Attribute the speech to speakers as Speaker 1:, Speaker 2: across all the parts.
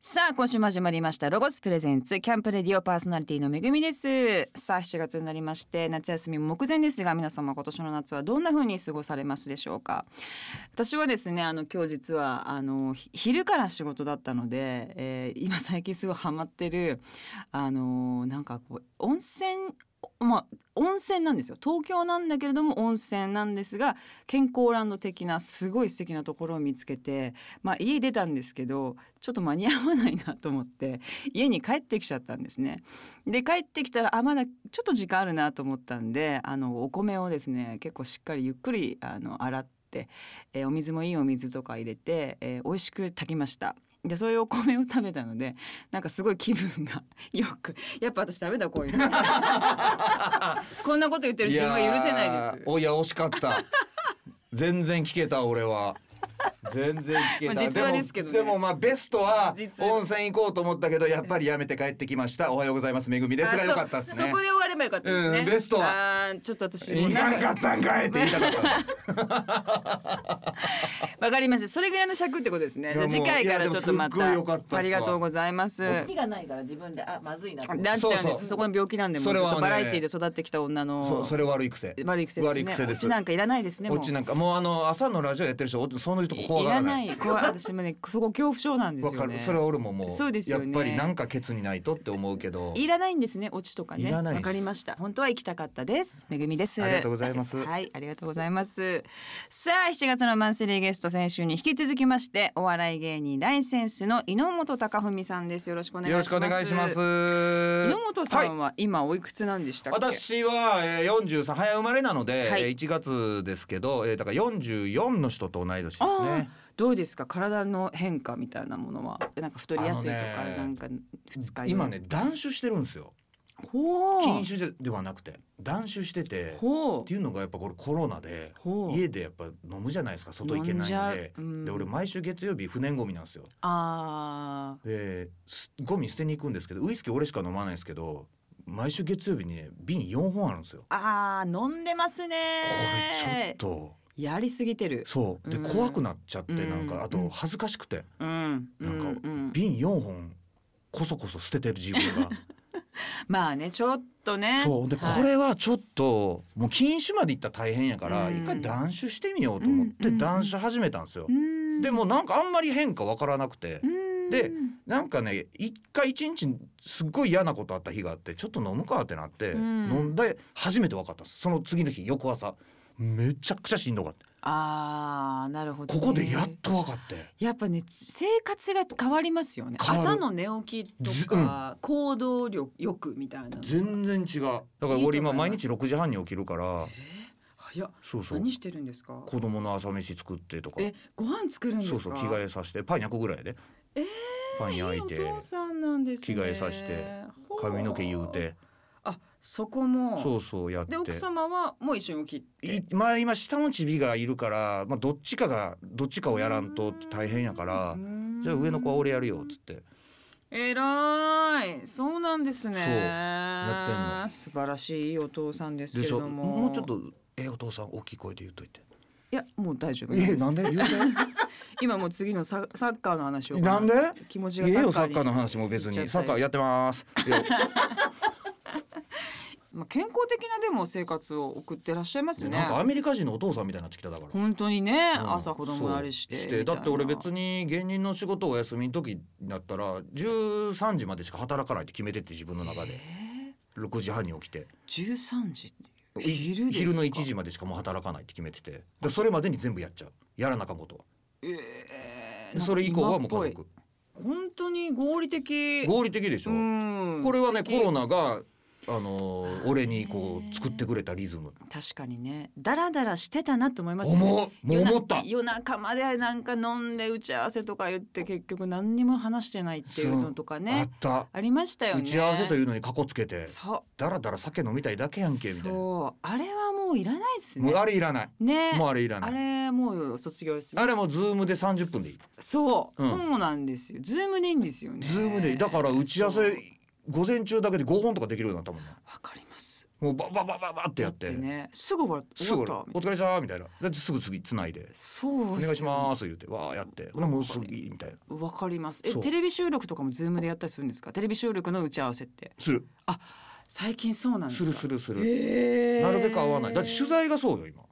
Speaker 1: さあ今週も始まりましたロゴスプレゼンツキャンプレディオパーソナリティのめぐみですさあ7月になりまして夏休み目前ですが皆様今年の夏はどんな風に過ごされますでしょうか私はですねあの今日実はあのひ昼から仕事だったので、えー今最近すごいハマってるあのなんかこう温泉まあ、温泉なんですよ東京なんだけれども温泉なんですが健康ランド的なすごい素敵なところを見つけて、まあ、家出たんですけどちょっと間に合わないなと思って家に帰ってきちゃったんですね。で帰ってきたらあまだちょっと時間あるなと思ったんであのお米をですね結構しっかりゆっくりあの洗って、えーお水もいいお水とか入れて、えー美味しく炊きました。でそういうお米を食べたのでなんかすごい気分が よくやっぱ私ダメだこう いうのこんなこと言ってる自分は許せないです
Speaker 2: やーおいや惜しかった 全然聞けた俺は全然聞けた、
Speaker 1: まあ実話ですけどね
Speaker 2: もでもまあベストは
Speaker 1: 実話
Speaker 2: 温泉行こうと思ったけどやっぱりやめて帰ってきましたおはようございますめぐみですが
Speaker 1: あ
Speaker 2: よかったです
Speaker 1: そ
Speaker 2: ね
Speaker 1: そこで終わればよかったですね、
Speaker 2: うんベストは
Speaker 1: あーちょっと私もう
Speaker 2: い
Speaker 1: な
Speaker 2: か
Speaker 1: ん
Speaker 2: んか
Speaker 1: か
Speaker 2: ったんかいって言いたかったんだ
Speaker 1: わかりますそれぐらいの尺ってことですね
Speaker 2: い
Speaker 1: じ
Speaker 2: や
Speaker 1: ゃあ次回から
Speaker 2: もう
Speaker 1: ちょっとま
Speaker 2: いや
Speaker 1: た
Speaker 2: でもすっごい良かったっすわ
Speaker 1: ありがとうございます
Speaker 3: オチがないから自分であまずいなと思って
Speaker 1: なっちゃうんですそ
Speaker 2: そうそう
Speaker 1: こに病気なんでもう
Speaker 2: そ
Speaker 1: ず
Speaker 2: れ
Speaker 1: っ
Speaker 2: はね
Speaker 1: とバラエティで育ってきた女の
Speaker 2: そうそれ悪い癖
Speaker 1: 悪い癖ですね
Speaker 2: 悪い癖で
Speaker 1: オ
Speaker 2: す
Speaker 1: チなんかいらないですねもう
Speaker 2: オチなんかもうあの朝のラジオやってる人おその人怖
Speaker 1: い
Speaker 2: が
Speaker 1: ら
Speaker 2: らな
Speaker 1: ないい怖い私 もねそこ恐怖症なんで
Speaker 2: わ
Speaker 1: す
Speaker 2: か
Speaker 1: よ
Speaker 2: る
Speaker 1: ね
Speaker 2: それは俺ももう
Speaker 1: そうですよね
Speaker 2: やっぱりなんかケツにないとって思うけど
Speaker 1: いらないんですねオチとかね
Speaker 2: いらない
Speaker 1: わ
Speaker 2: です
Speaker 1: かりました本当は行きたかったですめぐみです
Speaker 2: ありがとうございます
Speaker 1: はいありがとうございますさあ7月のマンスリーゲスト先週に引き続きましてお笑い芸人ライセンスの井本隆文さんですよろしくお願いし
Speaker 2: よ
Speaker 1: ま
Speaker 2: ろ
Speaker 1: す
Speaker 2: しくお願いします
Speaker 1: 井本さんは今おいくつなんでしたっけ、
Speaker 2: 私は、えー、43早生まれなので、
Speaker 1: はい
Speaker 2: えー1月ですけど、えー、だから44の人と同い年です
Speaker 1: あ
Speaker 2: ね
Speaker 1: あ。どうですか体の変化みたいなものはなんか太りやすいとか、
Speaker 2: あのね
Speaker 1: なんか二日酔い
Speaker 2: 今ね断酒してるんですよ
Speaker 1: ほう
Speaker 2: 禁酒ではなくて断酒してて
Speaker 1: ほ
Speaker 2: っていうのがやっぱこれコロナで
Speaker 1: ほう
Speaker 2: 家でやっぱ飲むじゃないですか外行けない
Speaker 1: 飲ん
Speaker 2: ん
Speaker 1: じゃ
Speaker 2: で
Speaker 1: ううん
Speaker 2: で俺毎週月曜日不燃ゴミなんですよ
Speaker 1: うあ
Speaker 2: ですゴミ捨てに行くんですけどウイスキー俺しか飲まないんですけど毎週月曜日にね瓶4本あるんですよ
Speaker 1: ーあー飲んでますね
Speaker 2: これちょっと
Speaker 1: やりすぎてる
Speaker 2: そうで
Speaker 1: うん
Speaker 2: 怖くなっちゃってなん
Speaker 1: うん
Speaker 2: かあ
Speaker 1: うん
Speaker 2: と恥ずかしくて
Speaker 1: うん
Speaker 2: なんか
Speaker 1: ううん
Speaker 2: 瓶4本こそこそ捨ててる 自分が
Speaker 1: まあねちょっとね
Speaker 2: そうでこ
Speaker 1: はい
Speaker 2: れはちょっともう禁酒まで行ったら大変やから
Speaker 1: うん
Speaker 2: 一回断酒してみようと思って
Speaker 1: うん
Speaker 2: 断酒始めたんですよ
Speaker 1: う。ん
Speaker 2: でもなんかあんまり変化わからなくて
Speaker 1: うん
Speaker 2: でなんかね一回一日すっごい嫌なことあった日があってちょっと飲むかってなって
Speaker 1: うん
Speaker 2: 飲んで初めて分かったんですその次の日翌朝めちゃくちゃしんどかった
Speaker 1: ああなるほどね、
Speaker 2: ここでやっと分かって。
Speaker 1: やっぱね生活が変わりますよね
Speaker 2: 変わる
Speaker 1: 朝の寝起きと
Speaker 2: ず
Speaker 1: か、行動力欲みたいなの
Speaker 2: 全然違うだから
Speaker 1: いいと思
Speaker 2: 俺
Speaker 1: いま
Speaker 2: 今
Speaker 1: す
Speaker 2: 毎日6時半に起きるから
Speaker 1: 早っ
Speaker 2: そうそう
Speaker 1: 何してるんですか
Speaker 2: 子供の朝飯作ってとか
Speaker 1: えご飯作るんです
Speaker 2: そ
Speaker 1: か
Speaker 2: うそう着替えさせてパン焼くぐらいやで、
Speaker 1: えー
Speaker 2: パン焼い
Speaker 1: いい
Speaker 2: て
Speaker 1: お父さんなんですね
Speaker 2: 着替えさせて
Speaker 1: ほう
Speaker 2: 髪の毛言うて
Speaker 1: あそこも
Speaker 2: そうそうやって
Speaker 1: で奥様はもう一緒に起きて
Speaker 2: いまあ今下のちびがいるから、まあ、どっちかがどっちかをやらんと大変やからじゃあ上の子は俺やるよっつって
Speaker 1: えらいそうなんですね
Speaker 2: そうやってんの
Speaker 1: 素晴らしいいいお父さんですけ
Speaker 2: で
Speaker 1: れ
Speaker 2: しょ
Speaker 1: ども
Speaker 2: もうちょっと「えお父さん大きい声で言っといて
Speaker 1: いやもう大」丈夫なん
Speaker 2: え
Speaker 1: です
Speaker 2: なんで言うて
Speaker 1: 今もう次のササッカーの話を
Speaker 2: なんで
Speaker 1: 気持ちが
Speaker 2: ええよ
Speaker 1: サ
Speaker 2: サ
Speaker 1: ッ
Speaker 2: ッ
Speaker 1: カー
Speaker 2: カー
Speaker 1: に
Speaker 2: の話も別
Speaker 1: 行っ
Speaker 2: に
Speaker 1: ちゃ
Speaker 2: サ
Speaker 1: ったり
Speaker 2: ッカーやってますいや
Speaker 1: まあ、健康的なでも生活を送ってらっしゃいますよね
Speaker 2: なんかアメリカ人のお父さんみたいになってきただから
Speaker 1: 本当にね、
Speaker 2: うん
Speaker 1: 朝子供ありして
Speaker 2: そう
Speaker 1: みたいな
Speaker 2: だって俺別に芸人の仕事お休みの時だったら13時までしか働かないって決めてて自分の中で6時半に起きて
Speaker 1: 13時
Speaker 2: い
Speaker 1: 昼ですか
Speaker 2: の1時までしかもう働かないって決めててでそれまでに全部やっちゃうやらなあかんことは
Speaker 1: えー
Speaker 2: でそれ以降はもう家
Speaker 1: なんか
Speaker 2: 族
Speaker 1: 今っぽい本当に合理的
Speaker 2: 合理的でしょ
Speaker 1: うん
Speaker 2: これはねコ
Speaker 1: ナ
Speaker 2: ロナがあのー俺にこう作ってくれたリズム
Speaker 1: 確かにねダラダラしてたなと思いますよね
Speaker 2: 思うもう
Speaker 1: 夜な
Speaker 2: 思った
Speaker 1: 夜中までなんか飲んで打ち合わせとか言って結局何にも話してないっていうのとか
Speaker 2: あ
Speaker 1: ね
Speaker 2: った
Speaker 1: ありましたよね
Speaker 2: 打ち合わせといううのにかこつけて
Speaker 1: そ
Speaker 2: だらだら酒飲みたいだけ
Speaker 1: う
Speaker 2: やんけみたいな
Speaker 1: そうあれはもういらないです
Speaker 2: もう
Speaker 1: ね
Speaker 2: あれいらない
Speaker 1: ね
Speaker 2: もうあれいらな
Speaker 1: あ
Speaker 2: い
Speaker 1: れもう卒業ですね
Speaker 2: あれもズームで30分でいい。
Speaker 1: そう、
Speaker 2: うん
Speaker 1: そうなんですよズームでいいんですよね
Speaker 2: ズームでいい。だから打ち合わ
Speaker 1: そう
Speaker 2: せ午前中だけで5本とかできるようになったもんね。
Speaker 1: わかります
Speaker 2: もうバババババってやって
Speaker 1: だねすぐ終わる
Speaker 2: すぐ
Speaker 1: 終わった
Speaker 2: お疲れさみたいなだってすぐ次つないで
Speaker 1: そう
Speaker 2: お
Speaker 1: っ
Speaker 2: 願いし
Speaker 1: よね
Speaker 2: ます言ってわーやってほなもうすぐいいみたいな
Speaker 1: わかりますえ
Speaker 2: そう
Speaker 1: テレビ収録とかもズームでやったりするんですかテレビ収録の打ち合わせって
Speaker 2: する
Speaker 1: 最近そうなんです
Speaker 2: す
Speaker 1: か
Speaker 2: るするする
Speaker 1: へー
Speaker 2: なるべく合わないだって取材がそうよ今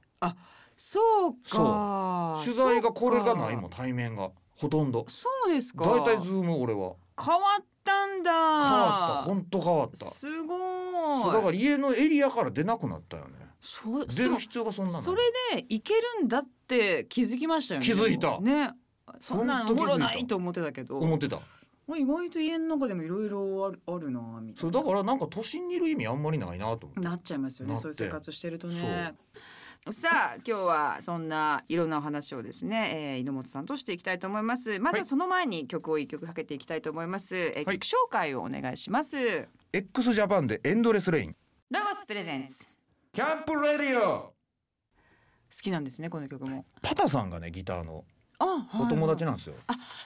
Speaker 1: そうか
Speaker 2: 取材がこれがないも
Speaker 1: そうんか
Speaker 2: 対面がほとんど
Speaker 1: そうですか
Speaker 2: 大体ズーム俺は
Speaker 1: 変わったんだ
Speaker 2: 変わった本当変わった
Speaker 1: すご
Speaker 2: そう
Speaker 1: い
Speaker 2: だから家のエリアから出なくなったよね
Speaker 1: そう
Speaker 2: 出
Speaker 1: で
Speaker 2: る
Speaker 1: も
Speaker 2: 必要がそんなの
Speaker 1: それでいけるんだって気づきましたよね
Speaker 2: 気づいた
Speaker 1: ねそんなの
Speaker 2: ほんと気づ
Speaker 1: も
Speaker 2: いた
Speaker 1: ろないと思ってたけど
Speaker 2: 思ってた
Speaker 1: まあ意外と家の中でもいろいろあるあるなぁみた
Speaker 2: そ
Speaker 1: いうな
Speaker 2: だからなんか都心にいる意味あんまりないなと思って
Speaker 1: なっちゃいますよね
Speaker 2: なって
Speaker 1: そういう生活してるとねさあ今日はそんないろんなお話をですね、えー、井本さんとしていきたいと思いますまずは
Speaker 2: は
Speaker 1: いその前に曲を一曲かけていきたいと思います、えー
Speaker 2: はい
Speaker 1: 曲紹介をお願いします、
Speaker 2: X ジャパンでエンドレスレイン
Speaker 1: ラゴスプレゼンツ好
Speaker 2: キャンプレディオ
Speaker 1: きなんですねこの曲も
Speaker 2: パタさんがねギターの
Speaker 1: あ、
Speaker 2: お友達
Speaker 1: な
Speaker 2: なんですよ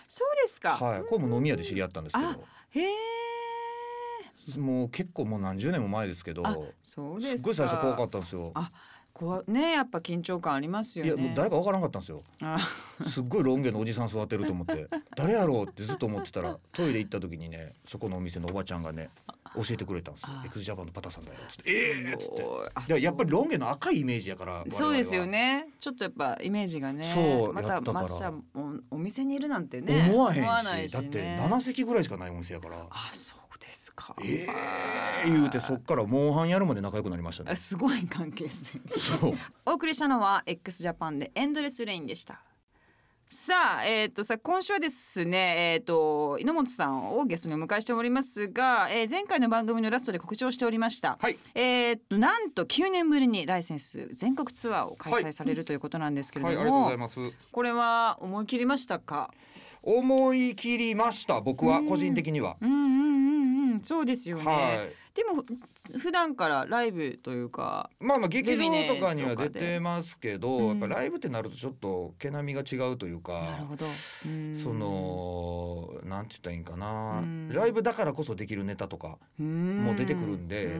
Speaker 1: そうですか、
Speaker 2: はい、これも飲み屋で知り合ったんですけ
Speaker 1: へえ
Speaker 2: どもう結構もう何十年も前ですけど
Speaker 1: あそうです
Speaker 2: す
Speaker 1: か
Speaker 2: っごい最初怖かったんですよ
Speaker 1: あ怖ねやっぱ緊張感ありますよね
Speaker 2: いやもう誰か分からんかったんですよ
Speaker 1: あ
Speaker 2: すっごいロン毛のおじさん座ってると思って 誰やろうってずっと思ってたらトイレ行った時にねそこのお店のおばちゃんがね教えてくれたんですよ
Speaker 1: あ
Speaker 2: 「エクスジャパンのパタさんだよ」っつって「ええ ー!」っつって
Speaker 1: あ
Speaker 2: いややっぱり
Speaker 1: そう
Speaker 2: ロン毛の赤いイメージやから我々は
Speaker 1: そうですよねちょっとやっぱイメージがね
Speaker 2: そう
Speaker 1: ま
Speaker 2: や
Speaker 1: た
Speaker 2: ったから
Speaker 1: マッシャーもお店にいるなんてね
Speaker 2: 思わへんし
Speaker 1: ないし、
Speaker 2: だっ
Speaker 1: ね、
Speaker 2: て7席ぐらいしかないお店やから
Speaker 1: あそうですか
Speaker 2: 「ええー!」言うてそっからモンハンやるまで仲良くなりました
Speaker 1: あ
Speaker 2: ね
Speaker 1: すごい関係性
Speaker 2: そう
Speaker 1: お送りしたのは X ジャパンでエンドレスレインでしたさあえっ、とさ今週はですねえっ、と井本さんをゲストにお迎えしておりますが、えー前回の番組のラストで告知をしておりました、
Speaker 2: はい
Speaker 1: えーっとなんと9年ぶりにライセンス全国ツアーを開催されるということなんですけれども、
Speaker 2: ます
Speaker 1: これは思い切りましたか
Speaker 2: 思い切りました僕は個人的には
Speaker 1: うんうんうんうんそうですよね、
Speaker 2: はい
Speaker 1: でもふ普段からライブというか
Speaker 2: まあまあ劇
Speaker 1: ルミネ
Speaker 2: 場とかには
Speaker 1: とか
Speaker 2: 出
Speaker 1: で
Speaker 2: てますけど、
Speaker 1: うん
Speaker 2: やっぱライブってなるとちょっと毛並みが違うというか
Speaker 1: なるほどうん
Speaker 2: そのなんて言ったらいいんかな、
Speaker 1: うん
Speaker 2: ライブだからこそできるネタとか
Speaker 1: も
Speaker 2: も出てくるんで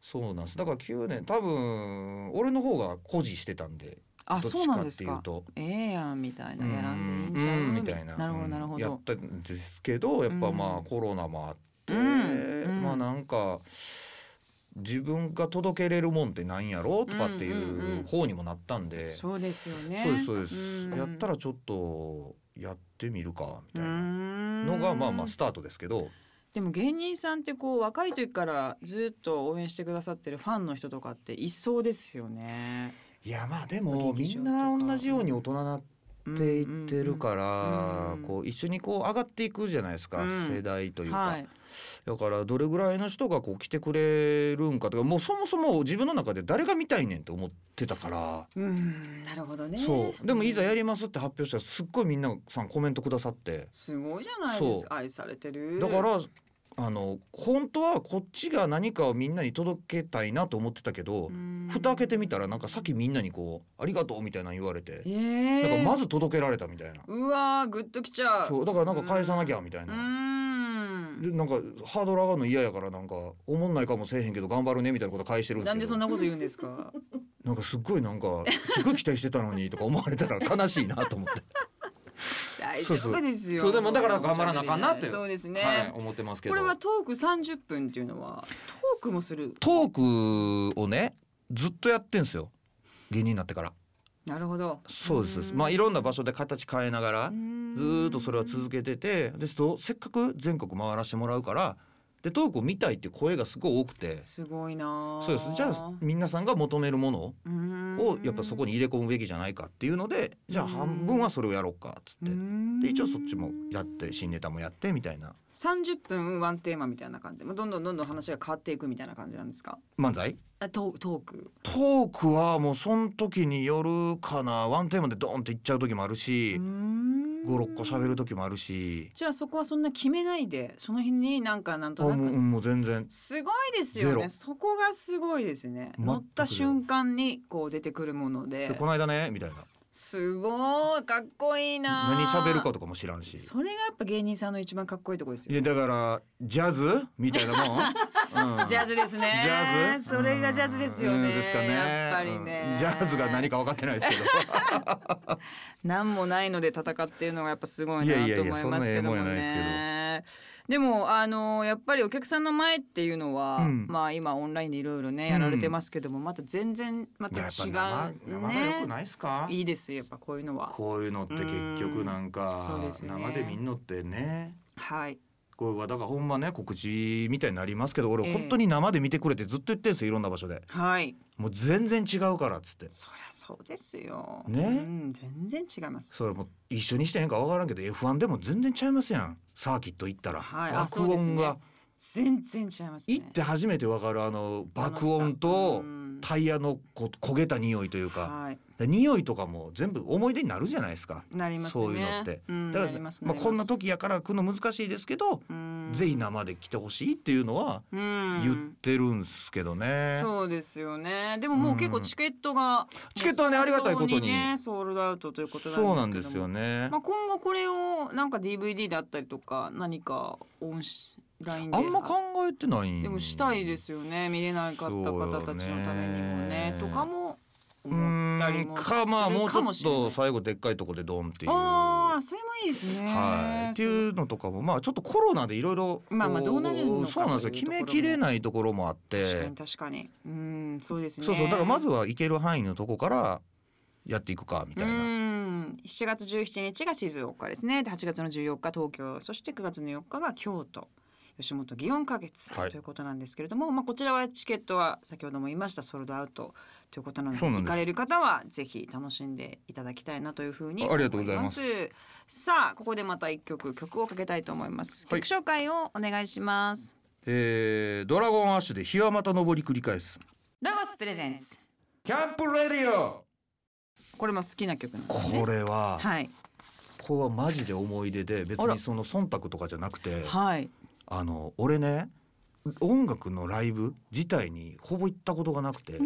Speaker 2: そうなんですだから9年多分俺の方が孤児してたんで
Speaker 1: あ
Speaker 2: どっ
Speaker 1: そう
Speaker 2: ち
Speaker 1: なん
Speaker 2: か
Speaker 1: で
Speaker 2: っ
Speaker 1: す
Speaker 2: ていう
Speaker 1: か
Speaker 2: と。
Speaker 1: ええやんみたいな
Speaker 2: うん
Speaker 1: やらんでいいんちゃう、
Speaker 2: うんみたいな
Speaker 1: なるほどなる
Speaker 2: う
Speaker 1: ほ
Speaker 2: ん
Speaker 1: ど、
Speaker 2: やったんですけどやっぱ
Speaker 1: う
Speaker 2: まあ
Speaker 1: ん
Speaker 2: コロナもあって、
Speaker 1: うんうん
Speaker 2: まあなんか自分が届けれるもんってなんやろとかってい
Speaker 1: んうんう
Speaker 2: うんう方にもなったんで、
Speaker 1: そうですよね
Speaker 2: そうですそうです、
Speaker 1: ん
Speaker 2: やったらちょっとやってみるかみたいなの
Speaker 1: の
Speaker 2: がまあまあスタートですけど
Speaker 1: でも芸人さんってこう若い時からずっと応援してくださってるファンの人とかっていそうですよね。
Speaker 2: いやまあで
Speaker 1: まあ
Speaker 2: もみ
Speaker 1: 劇場
Speaker 2: ん
Speaker 1: とか。
Speaker 2: な同じように大人なっていってるから
Speaker 1: うん
Speaker 2: ら
Speaker 1: うん
Speaker 2: こう一緒にこう上がっていくじゃないですか
Speaker 1: うん
Speaker 2: 世代という
Speaker 1: は
Speaker 2: か
Speaker 1: い。
Speaker 2: だからどれぐらいの人がこう来てくれるんかとかもうそもそも自分の中で誰が見たいねんって思ってたから。
Speaker 1: うん、なるほどね。
Speaker 2: そうでもいざや
Speaker 1: り。
Speaker 2: りますって発表したらすっごいみんなさんコメントくださって
Speaker 1: すごいじゃないです
Speaker 2: そう
Speaker 1: か。愛されてる。
Speaker 2: だか。らあの本当はこっちが何かをみんなに届けたいなと思ってたけど蓋開けてみたらなんかさっきみんなにこう「ありがとう」みたいなの言われて
Speaker 1: ええ
Speaker 2: なんかまず届けられたみたいな
Speaker 1: うわー、グッときちゃう。
Speaker 2: そうだからなんか返さなきゃみたいうな。
Speaker 1: ん。
Speaker 2: でなんかハードル上がるの嫌やからなんかおもんないかもせえへんけど頑張るねみたいなこと返してるんで
Speaker 1: な
Speaker 2: す
Speaker 1: ん
Speaker 2: け
Speaker 1: でそ
Speaker 2: ど
Speaker 1: んなこと言うんですか。
Speaker 2: なんかすっごいなんかすごい期待してたのにとか思われたら悲しいなと思って
Speaker 1: 大丈夫ですよ。
Speaker 2: そうでもだから頑張らなあかんなって
Speaker 1: そうですね。
Speaker 2: はい思ってますけ
Speaker 1: こ
Speaker 2: ど
Speaker 1: れはトーク三十分っていうのはトークもする。
Speaker 2: トークをねずっとやってんすよ芸人になってから
Speaker 1: なるほど。
Speaker 2: そうですそうです
Speaker 1: うん
Speaker 2: まあいろんな場所で形変えながらずーっとそれは
Speaker 1: け
Speaker 2: 続けててですとせっかく全国回らしてもらうからでトークを見たいっていう声がすごい多くて
Speaker 1: すごいなあ
Speaker 2: そうですじゃあ皆さんが求めるものをやっぱそこ
Speaker 1: に
Speaker 2: に入れ込むべきじゃないかっていうのでじゃあ半分はそれをやろうかっつってで一応そっちもやって新ネタもやってみたいな
Speaker 1: 30分ワンテーマみたいな感じもうどんどんどんどん話が変わっていくみたいな感じなんですか
Speaker 2: 漫才
Speaker 1: あトートーク
Speaker 2: トークはもうその時によるかなワンテーマでドーンっていっちゃう時もあるし56個喋
Speaker 1: る
Speaker 2: る時もあるし
Speaker 1: じゃあそこはそんな決めないでその日になんかなん
Speaker 2: あ
Speaker 1: と
Speaker 2: もう
Speaker 1: なく
Speaker 2: もう全然
Speaker 1: すごいですよ
Speaker 2: ゼ
Speaker 1: ね
Speaker 2: ロ
Speaker 1: そこがすごいですね
Speaker 2: 全くゼロ
Speaker 1: 乗った瞬間にこう出てくるもので
Speaker 2: でこの間ねみたいな
Speaker 1: すごいかっこいいな
Speaker 2: 何喋るかとかも知らんし
Speaker 1: それがやっぱ芸人さんの一番かっこいいとこです
Speaker 2: い
Speaker 1: よ
Speaker 2: やだからジャズみたい なもん、うん
Speaker 1: ジャズですね
Speaker 2: ジャズ
Speaker 1: それがジャズですよ
Speaker 2: う
Speaker 1: ね
Speaker 2: んですかね
Speaker 1: やっぱりね、
Speaker 2: うんジャズが何か分かってない ですけど
Speaker 1: 何もないので戦ってるのがやっぱすごい
Speaker 2: い
Speaker 1: な
Speaker 2: やいやいや
Speaker 1: と思いますけども
Speaker 2: そんなええもんやないですけど
Speaker 1: ね。でもあのやっぱりお客さんの前っていうのは、
Speaker 2: うん
Speaker 1: まあ今オンラインでいろいろね
Speaker 2: うん
Speaker 1: やられてますけども、また全然ま
Speaker 2: い
Speaker 1: た
Speaker 2: ややっぱ
Speaker 1: 違う
Speaker 2: 生生が良く
Speaker 1: ね。
Speaker 2: ないですか
Speaker 1: いいですよやっぱこういうのは。
Speaker 2: こういうのって結局なん
Speaker 1: うん
Speaker 2: か
Speaker 1: そうですよね
Speaker 2: 生で見んのってね
Speaker 1: はい。
Speaker 2: これはだからほんまね告知みたいになりますけど俺
Speaker 1: ええ
Speaker 2: 本当に生で見てくれってずっと言ってんすよいろんな場所で
Speaker 1: はい。
Speaker 2: もう全然違うからっつって
Speaker 1: そりゃそうですよ。
Speaker 2: ね
Speaker 1: うん全然違います。
Speaker 2: それも一緒にしてへんか分からんけど F1 でも全然ちゃいますやんサーキット行ったら
Speaker 1: はい。あ
Speaker 2: 爆
Speaker 1: そうです
Speaker 2: 音
Speaker 1: ね
Speaker 2: が。
Speaker 1: 全然違いますね。
Speaker 2: 行って初めて分かるあの爆音
Speaker 1: う
Speaker 2: と
Speaker 1: ん
Speaker 2: タイヤのこ焦げた匂いというか
Speaker 1: はい。
Speaker 2: で匂いとかも全部思い出になるじゃないですか
Speaker 1: なりますね。
Speaker 2: そういうのって
Speaker 1: うん、
Speaker 2: だから
Speaker 1: なります
Speaker 2: まあこんな。
Speaker 1: り
Speaker 2: 時やから来るの難しいですけど
Speaker 1: ますうん
Speaker 2: ぜひ生で来てほしいっていうのは
Speaker 1: うん
Speaker 2: 言ってるんすけどね。
Speaker 1: そうですよね。でももう結構チケットが、
Speaker 2: チケットはねありがたいこと
Speaker 1: 早
Speaker 2: に
Speaker 1: 々ね、ソールドアウトということなんですけど
Speaker 2: そ
Speaker 1: も
Speaker 2: うなんですよ。ね。
Speaker 1: まあ今後これをなんか DVD だったりとか何かオンしラインで
Speaker 2: あんま考えてないん
Speaker 1: でもしたいですよね。見れなかった方たちのためにもね
Speaker 2: そうよね
Speaker 1: とかも
Speaker 2: う
Speaker 1: 思った
Speaker 2: ー
Speaker 1: り
Speaker 2: ん
Speaker 1: もす
Speaker 2: かまあも
Speaker 1: る
Speaker 2: うち
Speaker 1: か
Speaker 2: ょ
Speaker 1: も
Speaker 2: っ
Speaker 1: しれない。
Speaker 2: と最後でっかいとこでドンっていう。
Speaker 1: あ
Speaker 2: は
Speaker 1: あそれもいいですね。
Speaker 2: い、っていうのとかもまあちょっとコロナでいろいろ
Speaker 1: まあまあどうなるのか
Speaker 2: そうなんですよ
Speaker 1: というと
Speaker 2: 決
Speaker 1: ころも
Speaker 2: めきれないところもあって
Speaker 1: 確かに確かに。うんそうですね。
Speaker 2: そうそうだからまずは行ける範囲のとこからやっていくかみたいな
Speaker 1: うん7月17日が静岡ですねで8月の14日東京そして9月の4日が京都吉本祇園花月
Speaker 2: はい
Speaker 1: ということなんですけれども、まあ、こちらはチケットは先ほども言いましたソールドアウトということなので
Speaker 2: そうなん
Speaker 1: 行
Speaker 2: です
Speaker 1: かれる方はぜひ楽しんでいただきたいなというふうに
Speaker 2: あありがとうございます
Speaker 1: 思ますさあここでまた一曲曲をかけたいと思います、
Speaker 2: はい
Speaker 1: 曲紹介をお願いします
Speaker 2: えードラゴンアッシュで日はまた昇り繰り返す
Speaker 1: ラゴスプレゼンツ
Speaker 2: キャンプレディオ
Speaker 1: これも好きな曲なんですね
Speaker 2: これは、
Speaker 1: はい
Speaker 2: これはマジで思い出で別
Speaker 1: あら
Speaker 2: にその忖度とかじゃなくて
Speaker 1: はい
Speaker 2: あの俺ね音楽のライブ自体にほぼ行ったことがなくて、
Speaker 1: お
Speaker 2: で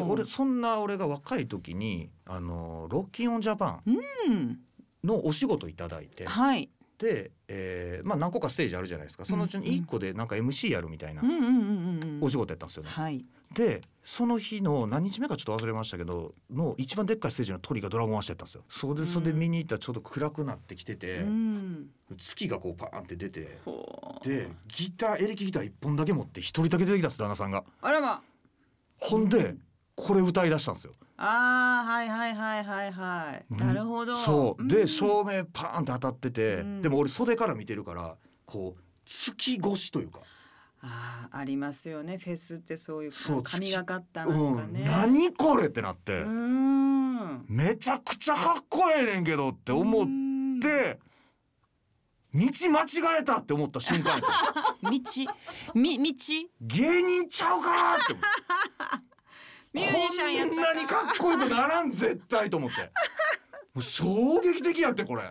Speaker 1: ー
Speaker 2: 俺そんな俺が若い時にあのロッキンオンジャパン
Speaker 1: うん
Speaker 2: のお仕事いただいて
Speaker 1: はい
Speaker 2: で、えーまあ、何個かステージあるじゃないですかそのうちの1個でなんか MC やるみたいな
Speaker 1: うんうんうんうんうん
Speaker 2: お仕事やったんですよね。
Speaker 1: はい。
Speaker 2: でその日の何日目かちょっと忘れましたけどの一番でっかいステージの鳥がドラゴンアッシュやったんですよ。それでそれで見に行ったらちょっと暗くなってきてて、
Speaker 1: うん。
Speaker 2: 月がこうパーンって出て。
Speaker 1: ほう。
Speaker 2: でギターエレキギター1本だけ持って1人だけ出てきたんです旦那さんが
Speaker 1: あらま。
Speaker 2: ほんでこれ歌いだしたんですよ
Speaker 1: ああはいはいはいはいはい。
Speaker 2: うん
Speaker 1: なるほど。
Speaker 2: そう
Speaker 1: う
Speaker 2: で
Speaker 1: ん
Speaker 2: 照明パーンって当たってて
Speaker 1: うん
Speaker 2: でも俺袖から見てるからこう月越しというか
Speaker 1: ああありますよね。フェスってそういう
Speaker 2: そう
Speaker 1: 神がかったなん
Speaker 2: う
Speaker 1: かね。
Speaker 2: ん何これってなって
Speaker 1: うーん。
Speaker 2: めちゃくちゃかっこええねんけどって思っ
Speaker 1: うん道
Speaker 2: て道間違えたって思った瞬間やった んですよ
Speaker 1: み道
Speaker 2: 芸人ちゃうかなって思って
Speaker 1: ミュージシャンやっ
Speaker 2: こん
Speaker 1: た
Speaker 2: なにかっこよくならん絶対と思 ってもう衝撃的やってこれ。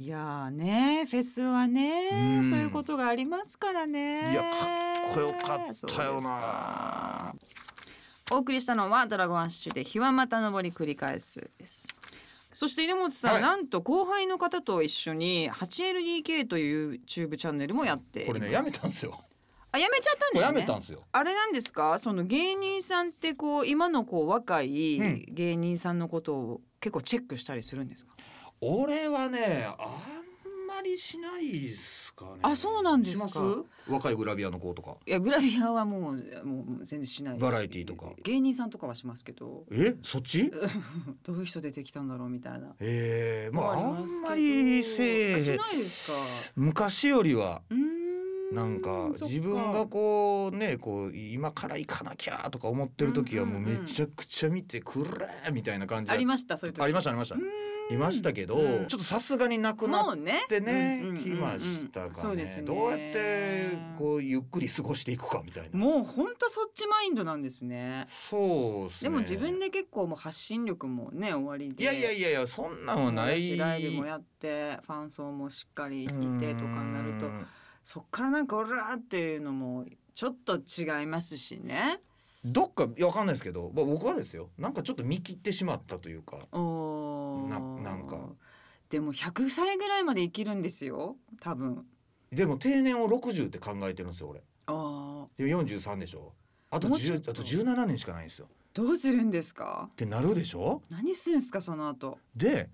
Speaker 1: いやーねフェスはね
Speaker 2: うん
Speaker 1: そういうことがありますからね
Speaker 2: いやかっこよかった
Speaker 1: そう
Speaker 2: よ
Speaker 1: です
Speaker 2: な。
Speaker 1: お送りしたのはドラゴンアッシュで日はまた昇り繰り返すですそして稲本さん、
Speaker 2: はい
Speaker 1: なんと後輩の方と一緒に 8LDK という YouTube チャンネルもやっています
Speaker 2: これねやめたんですよ。
Speaker 1: あやめちゃったん
Speaker 2: こ
Speaker 1: で
Speaker 2: れ
Speaker 1: すね
Speaker 2: やめたんですよ。
Speaker 1: あれなんですかその芸人さんってこう今のこう若
Speaker 2: う
Speaker 1: い
Speaker 2: ん
Speaker 1: 芸人さんのことを結構チェックしたりするんですか、
Speaker 2: 俺はねあんまりしないっすかね。
Speaker 1: あそうなんですか
Speaker 2: します若いグラビアの子とか。
Speaker 1: いやグラビアはもうもう全然しないです
Speaker 2: バラエティとか
Speaker 1: 芸人さんとかはしますけど
Speaker 2: えそっち？
Speaker 1: どういう人出てきたんだろうみたいな
Speaker 2: えー、まああ
Speaker 1: の
Speaker 2: ん
Speaker 1: りすけど
Speaker 2: まりせえ
Speaker 1: あ
Speaker 2: へ
Speaker 1: し
Speaker 2: ん。
Speaker 1: ないですか
Speaker 2: 昔よりは。
Speaker 1: うーん
Speaker 2: なんか
Speaker 1: そっ
Speaker 2: 自分がこうねこう今から行かなきゃとか思ってる時はもうめちゃくちゃ見てくれーみたいな感じ
Speaker 1: あ
Speaker 2: や
Speaker 1: りましたそういう時
Speaker 2: ありましたありました
Speaker 1: うーん
Speaker 2: いましたけどち
Speaker 1: う
Speaker 2: ょ
Speaker 1: ん
Speaker 2: っとさすがになくなっ
Speaker 1: もうね
Speaker 2: ってね、
Speaker 1: うんうんうんうん
Speaker 2: 来ましたかね
Speaker 1: そうですね
Speaker 2: どうやってこうゆっくり過ごしていくかみたいな。
Speaker 1: もう本当そっちマインドなんですね
Speaker 2: そうっす
Speaker 1: で
Speaker 2: ね。
Speaker 1: も自分で結構もう発信力もね終わりで
Speaker 2: いやいやいやいやそんなんは
Speaker 1: もう
Speaker 2: な
Speaker 1: だ
Speaker 2: い。
Speaker 1: しライブもやってファン層もしっかりいてとかになると
Speaker 2: うん
Speaker 1: そっからなんかオラーっていうのもちょっと違いますしね
Speaker 2: どっかいやわかんないですけど、まあ僕はですよ。なんかちょっと見切ってしまったというか。
Speaker 1: お
Speaker 2: ななんか
Speaker 1: でも100歳ぐらいまで生きるんですよ多分
Speaker 2: でも定年を60って考えてるんですよ俺
Speaker 1: ああ
Speaker 2: でも43でしょあと
Speaker 1: もうちょ
Speaker 2: 10
Speaker 1: っと
Speaker 2: あと17年しかないんですよ
Speaker 1: どうするんですか
Speaker 2: ってなるでしょ
Speaker 1: 何するんですかその後
Speaker 2: で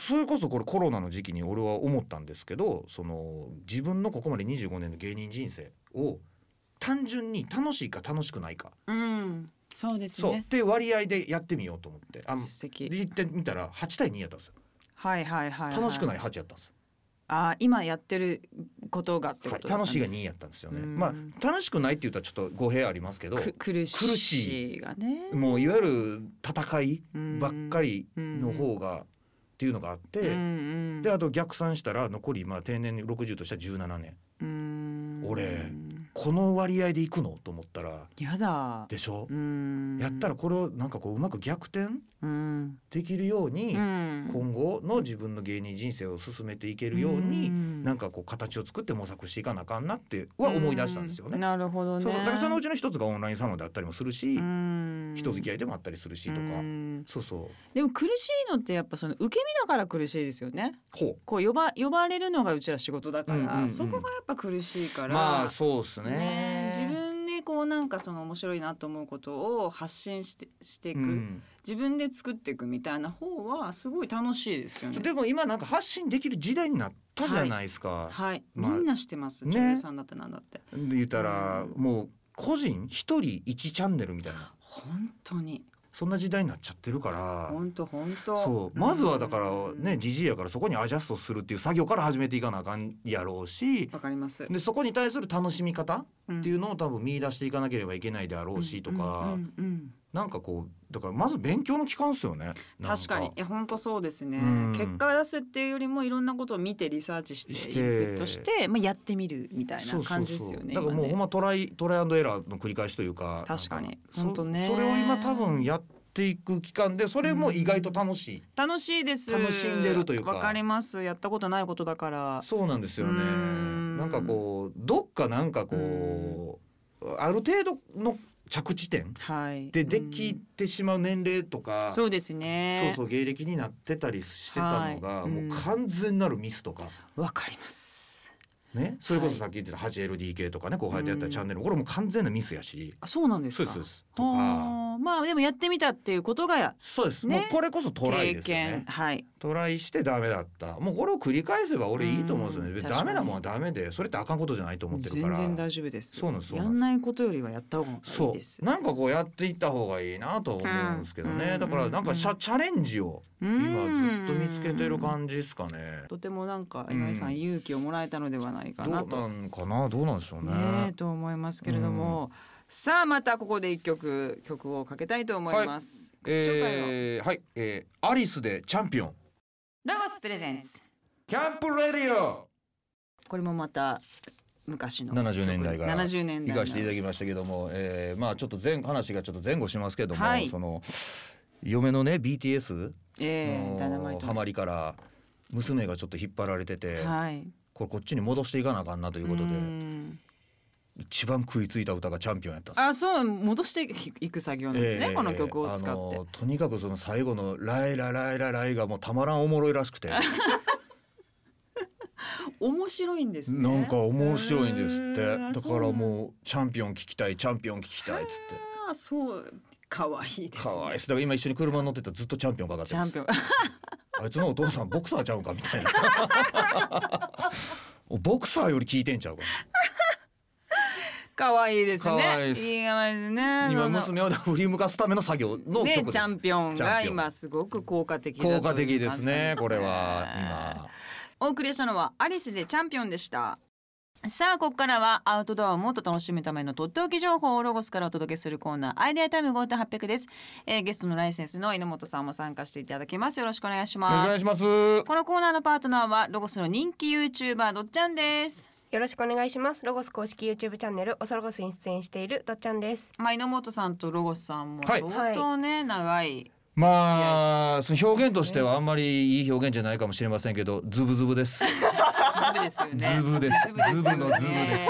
Speaker 2: それこそこれコロナの時期に俺は思ったんですけどその自分のここまで25年の芸人人生を単純に楽しいか楽しくないか、
Speaker 1: うんそうです
Speaker 2: そうっ
Speaker 1: ね
Speaker 2: ていう割合でやってみようと思ってあ
Speaker 1: 素敵
Speaker 2: 言ってみたら8対2やったんですよ
Speaker 1: はいはいはい、はい、
Speaker 2: 楽しくない8やったんです、
Speaker 1: ああ今やってることがって
Speaker 2: は
Speaker 1: こ
Speaker 2: い
Speaker 1: とだったん
Speaker 2: 楽
Speaker 1: です
Speaker 2: しいが2やったんですよね
Speaker 1: うん
Speaker 2: まあ楽しくないって言ったらちょっと語弊ありますけど
Speaker 1: く苦しい
Speaker 2: 苦し
Speaker 1: がね
Speaker 2: もういわゆる戦い
Speaker 1: うん
Speaker 2: ばっかりの方がっていうのがあって、
Speaker 1: うんうん
Speaker 2: であと逆算したら残りまあ定年60としたら17年
Speaker 1: うん
Speaker 2: 俺この割合でいくのと思ったら
Speaker 1: やだ
Speaker 2: でしょ
Speaker 1: う、ん
Speaker 2: やったらこれをなんかこううまく逆転
Speaker 1: うん
Speaker 2: できるように、
Speaker 1: うん
Speaker 2: 今後の自分の芸人人生を進めていけるように、
Speaker 1: ん
Speaker 2: なんかこう形を作って模索していかなあかんなっては思い出したんですよ
Speaker 1: う
Speaker 2: ね。
Speaker 1: なるほどね
Speaker 2: そうそうだからそのうちの一つがオンラインサロンであったりもするし、
Speaker 1: うん
Speaker 2: 人付き合いでもあったりするしとか、
Speaker 1: うん
Speaker 2: そうそう
Speaker 1: でも苦しいのってやっぱその受け身だから苦しいですよね
Speaker 2: ほ
Speaker 1: こう呼ば呼ばれるのがうちら仕事だから、
Speaker 2: うんうんうん
Speaker 1: そこがやっぱ苦しいか
Speaker 2: う
Speaker 1: ら、
Speaker 2: まあそうですね
Speaker 1: ね自分でこうなんかその面白いなと思うことを発信してしていく、
Speaker 2: うん
Speaker 1: 自分で作っていくみたいな方はすごい楽しいですよ
Speaker 2: そ
Speaker 1: ね
Speaker 2: う。でも今なんか発信できる時代になったじゃないですか、
Speaker 1: はい、
Speaker 2: まあ
Speaker 1: みんなしてます。
Speaker 2: ね
Speaker 1: 女優さんだってなんだって。
Speaker 2: で言ったら
Speaker 1: うん
Speaker 2: もう個人一人一チャンネルみたいな
Speaker 1: 本当に、
Speaker 2: そんな時代になっちゃってるから
Speaker 1: 本当本当。
Speaker 2: そうまずはだから
Speaker 1: うん
Speaker 2: ねじじいやからそこにアジャストするっていう作業から始めていかなあかんやろうし
Speaker 1: わかります。
Speaker 2: でそこに対する楽しみ方っていううのを多分見出していかなければいけないであろうしと
Speaker 1: んうんう
Speaker 2: か
Speaker 1: んうん
Speaker 2: なんかこうだからまず勉強の期間ですよね。なん
Speaker 1: 確かに、いや本当そうですね
Speaker 2: うん。
Speaker 1: 結果を出すっていうよりもいろんなことを見てリサーチして
Speaker 2: して
Speaker 1: インプットして、まあやってみるみたい
Speaker 2: そ
Speaker 1: な
Speaker 2: うそう
Speaker 1: 感じ
Speaker 2: そう
Speaker 1: ですよね。
Speaker 2: だからもう
Speaker 1: 今
Speaker 2: ほん
Speaker 1: ね
Speaker 2: まトライトライアンドエラーの繰り返しというか
Speaker 1: 確かに
Speaker 2: なんそ
Speaker 1: 本当ね
Speaker 2: それを今多分やっていく期間でそれも意外と楽しい、
Speaker 1: 楽しいです。
Speaker 2: 楽しんでるというか
Speaker 1: わかります。やったことないことだから。
Speaker 2: そうなんですよね
Speaker 1: うん
Speaker 2: なんかこうどっかなんかこうある程度の着地点
Speaker 1: はい。
Speaker 2: で
Speaker 1: うん
Speaker 2: できてしまう年齢とか、
Speaker 1: そうです
Speaker 2: そう
Speaker 1: ね。
Speaker 2: そう芸歴になってたりしてたのが、
Speaker 1: はいうん
Speaker 2: もう完全なるミスとか、
Speaker 1: わかります。
Speaker 2: ね、それこそさっき言ってた 8LDK とかね後輩とやったチャンネル、これもう完全なミスやし
Speaker 1: あ、そうなんです
Speaker 2: そう
Speaker 1: か。
Speaker 2: ですそうですとか
Speaker 1: はあまあでもやってみたっていうことが
Speaker 2: そうです、
Speaker 1: ね
Speaker 2: もうこれこそトライ
Speaker 1: 経
Speaker 2: ですよね
Speaker 1: 験、はい、
Speaker 2: トライしてダメだったもうこれを繰り返せば俺いいと思うんですよ
Speaker 1: うん
Speaker 2: ね別に
Speaker 1: 確か
Speaker 2: ダ
Speaker 1: に
Speaker 2: メなもんはダメでそれってあかんことじゃないと思ってるか
Speaker 1: 全
Speaker 2: ら
Speaker 1: 然大丈夫です。
Speaker 2: そうなんですそう
Speaker 1: や
Speaker 2: なんです
Speaker 1: んないことよりはやった方がいい
Speaker 2: そ
Speaker 1: です
Speaker 2: う。なんかこうやっていった方がいいなと思うんですけどね、
Speaker 1: うん
Speaker 2: だからなんかチャ,、
Speaker 1: う
Speaker 2: チャレンジを今ずっと見つけてる
Speaker 1: じ。
Speaker 2: 感じですかね、
Speaker 1: とてもなんか今井さ
Speaker 2: うん
Speaker 1: ん勇気をもらえたのではないかな
Speaker 2: どう
Speaker 1: と
Speaker 2: なんかなどうなんでしょうね
Speaker 1: ねえと思いますけれども、さあまたここで一曲曲をかけたいと思います。紹介を
Speaker 2: えー、はい、えー、アリスでチャンピオン
Speaker 1: ラゴスプレゼンツ
Speaker 2: キャンプレディオ
Speaker 1: これもまた昔の
Speaker 2: 70年代から
Speaker 1: 70年代の
Speaker 2: 行かせていただきましたけども、えー、まあちょっと前話がちょっと前後しますけども、
Speaker 1: はい
Speaker 2: その嫁のね BTS
Speaker 1: ええダイナマイ
Speaker 2: の
Speaker 1: ト
Speaker 2: ハマりから娘がちょっと引っ張られてて、
Speaker 1: はい
Speaker 2: これこっちに戻していかなあかんなということで、
Speaker 1: うん
Speaker 2: 一番食いついた歌がチャンピオンやったんです。
Speaker 1: あそう戻していく作業なんですね、
Speaker 2: ええ
Speaker 1: この曲を使って、
Speaker 2: あのとにかくその最後の「ライラライラライ」がもうたまらんおもろいらしくて
Speaker 1: 面白いんですね
Speaker 2: なんか面白いんですって
Speaker 1: へ
Speaker 2: だ
Speaker 1: え
Speaker 2: か
Speaker 1: そうな
Speaker 2: ら
Speaker 1: ん
Speaker 2: もう「チャンピオン聞きたいチャンピオン聞きたい」っつって
Speaker 1: あーそう可愛いです
Speaker 2: か
Speaker 1: ね
Speaker 2: わいいっすだから今一緒に車に乗ってたらずっとチャンピオンかかって
Speaker 1: チャ
Speaker 2: ま
Speaker 1: ン
Speaker 2: す
Speaker 1: ピオン
Speaker 2: あいつのお父さんボクサーちゃうんかみ たいなボクサーより聞いてんちゃうか
Speaker 1: 可愛いですね
Speaker 2: 可愛いです
Speaker 1: い名前ですね
Speaker 2: 今
Speaker 1: その
Speaker 2: 娘を振り向かすための作業の曲です、
Speaker 1: ねチャンピオン
Speaker 2: チャ
Speaker 1: が
Speaker 2: ンピオン
Speaker 1: 今すごく効果的だという
Speaker 2: 効果的で
Speaker 1: 感
Speaker 2: す
Speaker 1: じなん
Speaker 2: ねこれは
Speaker 1: お送りしたのはアリスでチャンピオンでしたさあここからはアウトドアをもっと楽しむためのとっておき情報をロゴスからお届けするコーナーアイデアタイム5800です、えーゲストのライセンスの榎本さんも参加していただきますよろしくお願いし
Speaker 2: 今お
Speaker 1: ま
Speaker 2: 願い
Speaker 1: す
Speaker 2: します
Speaker 1: このコーナーのパートナーはロゴスの人気 YouTuber どっちゃんです
Speaker 4: よろしくお願いします。ロゴス公式 YouTube チャンネルおそロゴスに出演しているどっちゃんです。
Speaker 1: まあ、榎本さんとロゴスさんも
Speaker 2: はい
Speaker 1: 相当ね、長い
Speaker 2: まあその表現としてはあんまりいい表現じゃないかもしれませんけどズブズブです
Speaker 1: ズブですよね
Speaker 2: ズブです
Speaker 1: ズブですよね
Speaker 2: ズブのズブです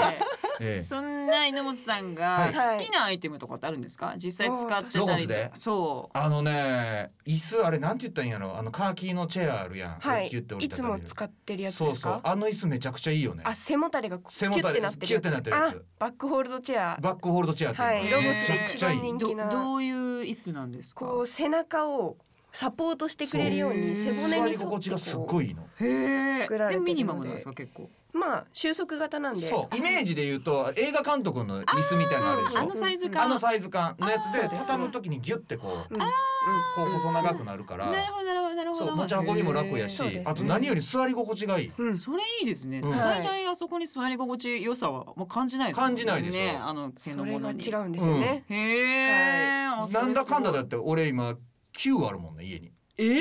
Speaker 2: ええ
Speaker 1: そんな榎本さんが
Speaker 4: はい
Speaker 1: 好きなアイテムとかってあるんですか実際使ってた
Speaker 2: ロゴ
Speaker 1: り
Speaker 2: スで
Speaker 1: そ
Speaker 2: あのね椅子あれなんて言ったらいいんやろあのカーキーのチェアあるやん、
Speaker 4: はい
Speaker 2: キュッて折
Speaker 4: い
Speaker 2: り
Speaker 4: つ
Speaker 2: たため
Speaker 4: も
Speaker 2: る
Speaker 4: 使ってるやつ
Speaker 2: そ
Speaker 4: で
Speaker 2: う
Speaker 4: す
Speaker 2: そう
Speaker 4: か
Speaker 2: あの椅子めちゃくちゃいいよね
Speaker 4: あ背もたれがこうキ
Speaker 2: 背
Speaker 4: ュ
Speaker 2: も
Speaker 4: ッ
Speaker 2: た
Speaker 4: て
Speaker 2: れ
Speaker 4: なってる
Speaker 2: キュッてなってるやつ
Speaker 4: あバックホールドチェア
Speaker 2: バックホールドチェアって
Speaker 4: はい
Speaker 2: いう
Speaker 1: ロ
Speaker 2: の
Speaker 1: ゴ
Speaker 2: め
Speaker 1: ス
Speaker 2: ち
Speaker 1: で
Speaker 2: ゃくちゃいい
Speaker 4: 一番
Speaker 1: う
Speaker 4: 人
Speaker 1: ど
Speaker 4: 気な
Speaker 1: どういう椅子なんですか
Speaker 4: こう背中をサポートしてくれるように
Speaker 1: そ
Speaker 4: 背
Speaker 1: う
Speaker 4: 骨
Speaker 2: 座り
Speaker 4: に沿
Speaker 2: 心地が
Speaker 4: っ
Speaker 2: す
Speaker 4: て
Speaker 2: っ
Speaker 4: こ
Speaker 2: ごいいいの
Speaker 1: へえ
Speaker 4: 作ら
Speaker 1: で
Speaker 4: れてる
Speaker 1: もミ
Speaker 4: ので
Speaker 1: ニマムなんですか結構
Speaker 4: うまあ収束型なんで
Speaker 2: そうイメージで言うと映画監督の椅子みたいなのあるでしょ
Speaker 1: あのサイズ
Speaker 2: あ
Speaker 1: 感
Speaker 2: のサイズ感のやつ
Speaker 4: あ
Speaker 2: で
Speaker 4: ー
Speaker 2: 畳む時にギュッてこう
Speaker 4: うん
Speaker 2: こう細長くなるから
Speaker 1: なるほどなるほどなるほ
Speaker 2: そう
Speaker 1: ど
Speaker 2: 持ち運びも楽やし
Speaker 4: そうですね
Speaker 2: あと何より座り心地がいい
Speaker 4: うん
Speaker 1: それいいですね、
Speaker 2: うん
Speaker 1: だいたいあそこに座り心地良さはもう感じないですもんね
Speaker 2: 感じないでしょ
Speaker 1: ねあの毛
Speaker 4: そ
Speaker 1: の
Speaker 4: れ
Speaker 1: も
Speaker 4: が
Speaker 1: の
Speaker 4: 違
Speaker 1: に
Speaker 4: うんですよね、
Speaker 1: へえ、あそれす
Speaker 2: な
Speaker 1: ご
Speaker 2: ん
Speaker 1: い
Speaker 2: だかんだだって俺今9あるもんね家に
Speaker 1: えー、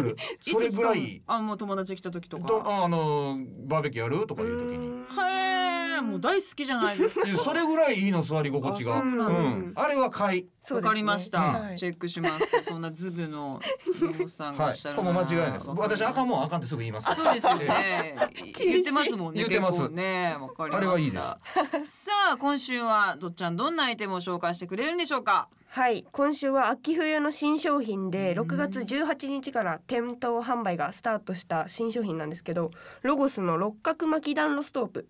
Speaker 2: るそれぐら
Speaker 1: つ使
Speaker 2: い
Speaker 1: うのあもう友達来た時とか
Speaker 2: とあのバーベキューやるとかいう時に
Speaker 4: うん
Speaker 1: へえもう大好きじゃないですか
Speaker 2: いやそれぐらいいいの座り心地が
Speaker 1: あそうなんです
Speaker 4: ね
Speaker 2: うんあれは買い
Speaker 4: そ
Speaker 1: わ
Speaker 4: うですね
Speaker 1: かりました、
Speaker 4: はい
Speaker 1: チェックしますそんなズブの根本さんがお
Speaker 2: は
Speaker 1: っ
Speaker 2: い
Speaker 1: しゃる
Speaker 2: これも間違いないです
Speaker 1: わかりま
Speaker 2: 私
Speaker 1: した
Speaker 2: 赤もんあかんってすぐ言いますから
Speaker 1: そうですよね
Speaker 2: ええ。
Speaker 1: 言ってますもんね。
Speaker 2: 言ってます
Speaker 1: 結構ね、わかりました。
Speaker 2: あれはいいです
Speaker 1: さあ、今週はどっちゃんどんなアイテムを紹介してくれるんでしょうか。
Speaker 4: はい今週は秋冬の新商品で
Speaker 1: うん
Speaker 4: 6月18日から店頭販売がスタートした新商品なんですけどロゴスの六角巻き暖炉ストーブ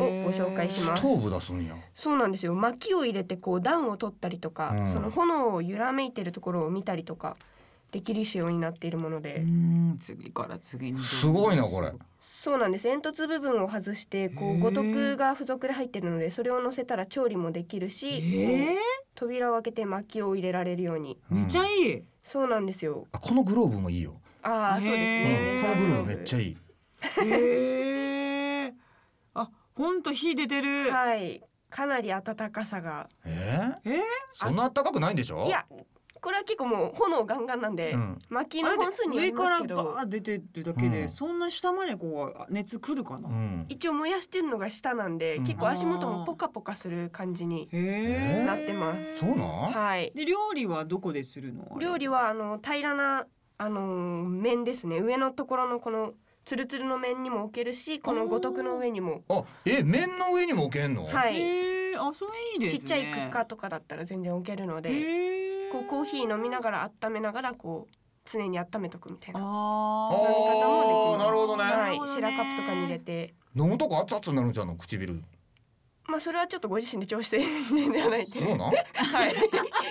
Speaker 1: をご
Speaker 4: ご紹介します
Speaker 2: 頭部出すんや
Speaker 4: そうなんですよ薪を入れてこう暖を取ったりとか、
Speaker 2: うん
Speaker 4: その炎を揺らめいてるところを見たりとかできる仕様になっているもので、
Speaker 1: うん、次から次に。
Speaker 2: すごいなこれ
Speaker 4: そうなんです煙突部分を外してこ
Speaker 1: へ
Speaker 4: う
Speaker 1: ー
Speaker 4: 五徳が付属で入ってるのでそれを乗せたら調理もできるし、
Speaker 1: ええ
Speaker 4: こう扉を開けて薪を入れられるように
Speaker 1: めちゃいい。
Speaker 4: そうなんですよ
Speaker 2: あこのグローブもいいよ、
Speaker 4: ああそうです
Speaker 2: う
Speaker 1: へ
Speaker 2: ん
Speaker 4: ね
Speaker 1: ー
Speaker 2: このグローブめっちゃ
Speaker 4: い
Speaker 2: いい
Speaker 1: へえ。あ、本当火出てる。
Speaker 4: はいかなり暖かさが
Speaker 2: えー
Speaker 1: えー
Speaker 2: そんな暖かくないんでしょ
Speaker 4: いやこれは結構もう炎ガンガンなんで、
Speaker 2: うん
Speaker 4: 薪
Speaker 1: あ
Speaker 4: の
Speaker 1: れで
Speaker 4: 本数によ
Speaker 1: 上
Speaker 4: り
Speaker 1: か
Speaker 4: ま
Speaker 1: ら
Speaker 4: すけ
Speaker 1: バ
Speaker 4: ど
Speaker 1: ーッ出てるだけで、
Speaker 2: うん
Speaker 1: そんな下までこう熱くるかな、
Speaker 2: うん
Speaker 4: 一応燃やしてるのが下なんで、
Speaker 2: うん
Speaker 4: 結構足元もポカポカする感じに
Speaker 1: へえ
Speaker 4: なってます
Speaker 2: そうなん、
Speaker 4: はい
Speaker 1: で料理はどこでするの
Speaker 4: 料理はあの平らなあのー面ですね上のところのこのツルツルの面にも置けるしこの五徳の上にも
Speaker 2: あえ麺の上にも置けんの、
Speaker 4: はい
Speaker 1: へえあそれいいです
Speaker 4: ち
Speaker 1: ね
Speaker 4: っちゃいクッカーとかだったら全然置けるので
Speaker 1: へえ
Speaker 4: こうコーヒー飲みながら温めながらこう常に温めとくみたいな
Speaker 1: あ
Speaker 4: 飲み方もできま
Speaker 2: あ
Speaker 4: す
Speaker 2: ーなるほどね
Speaker 4: はい
Speaker 1: なるほどね
Speaker 4: シェラカップとかに入れて
Speaker 2: 飲むとこ熱々になるんじゃんの唇
Speaker 4: まあそれはちょっとご自身で調整するんじゃないで
Speaker 2: そうなん
Speaker 4: はい
Speaker 1: ー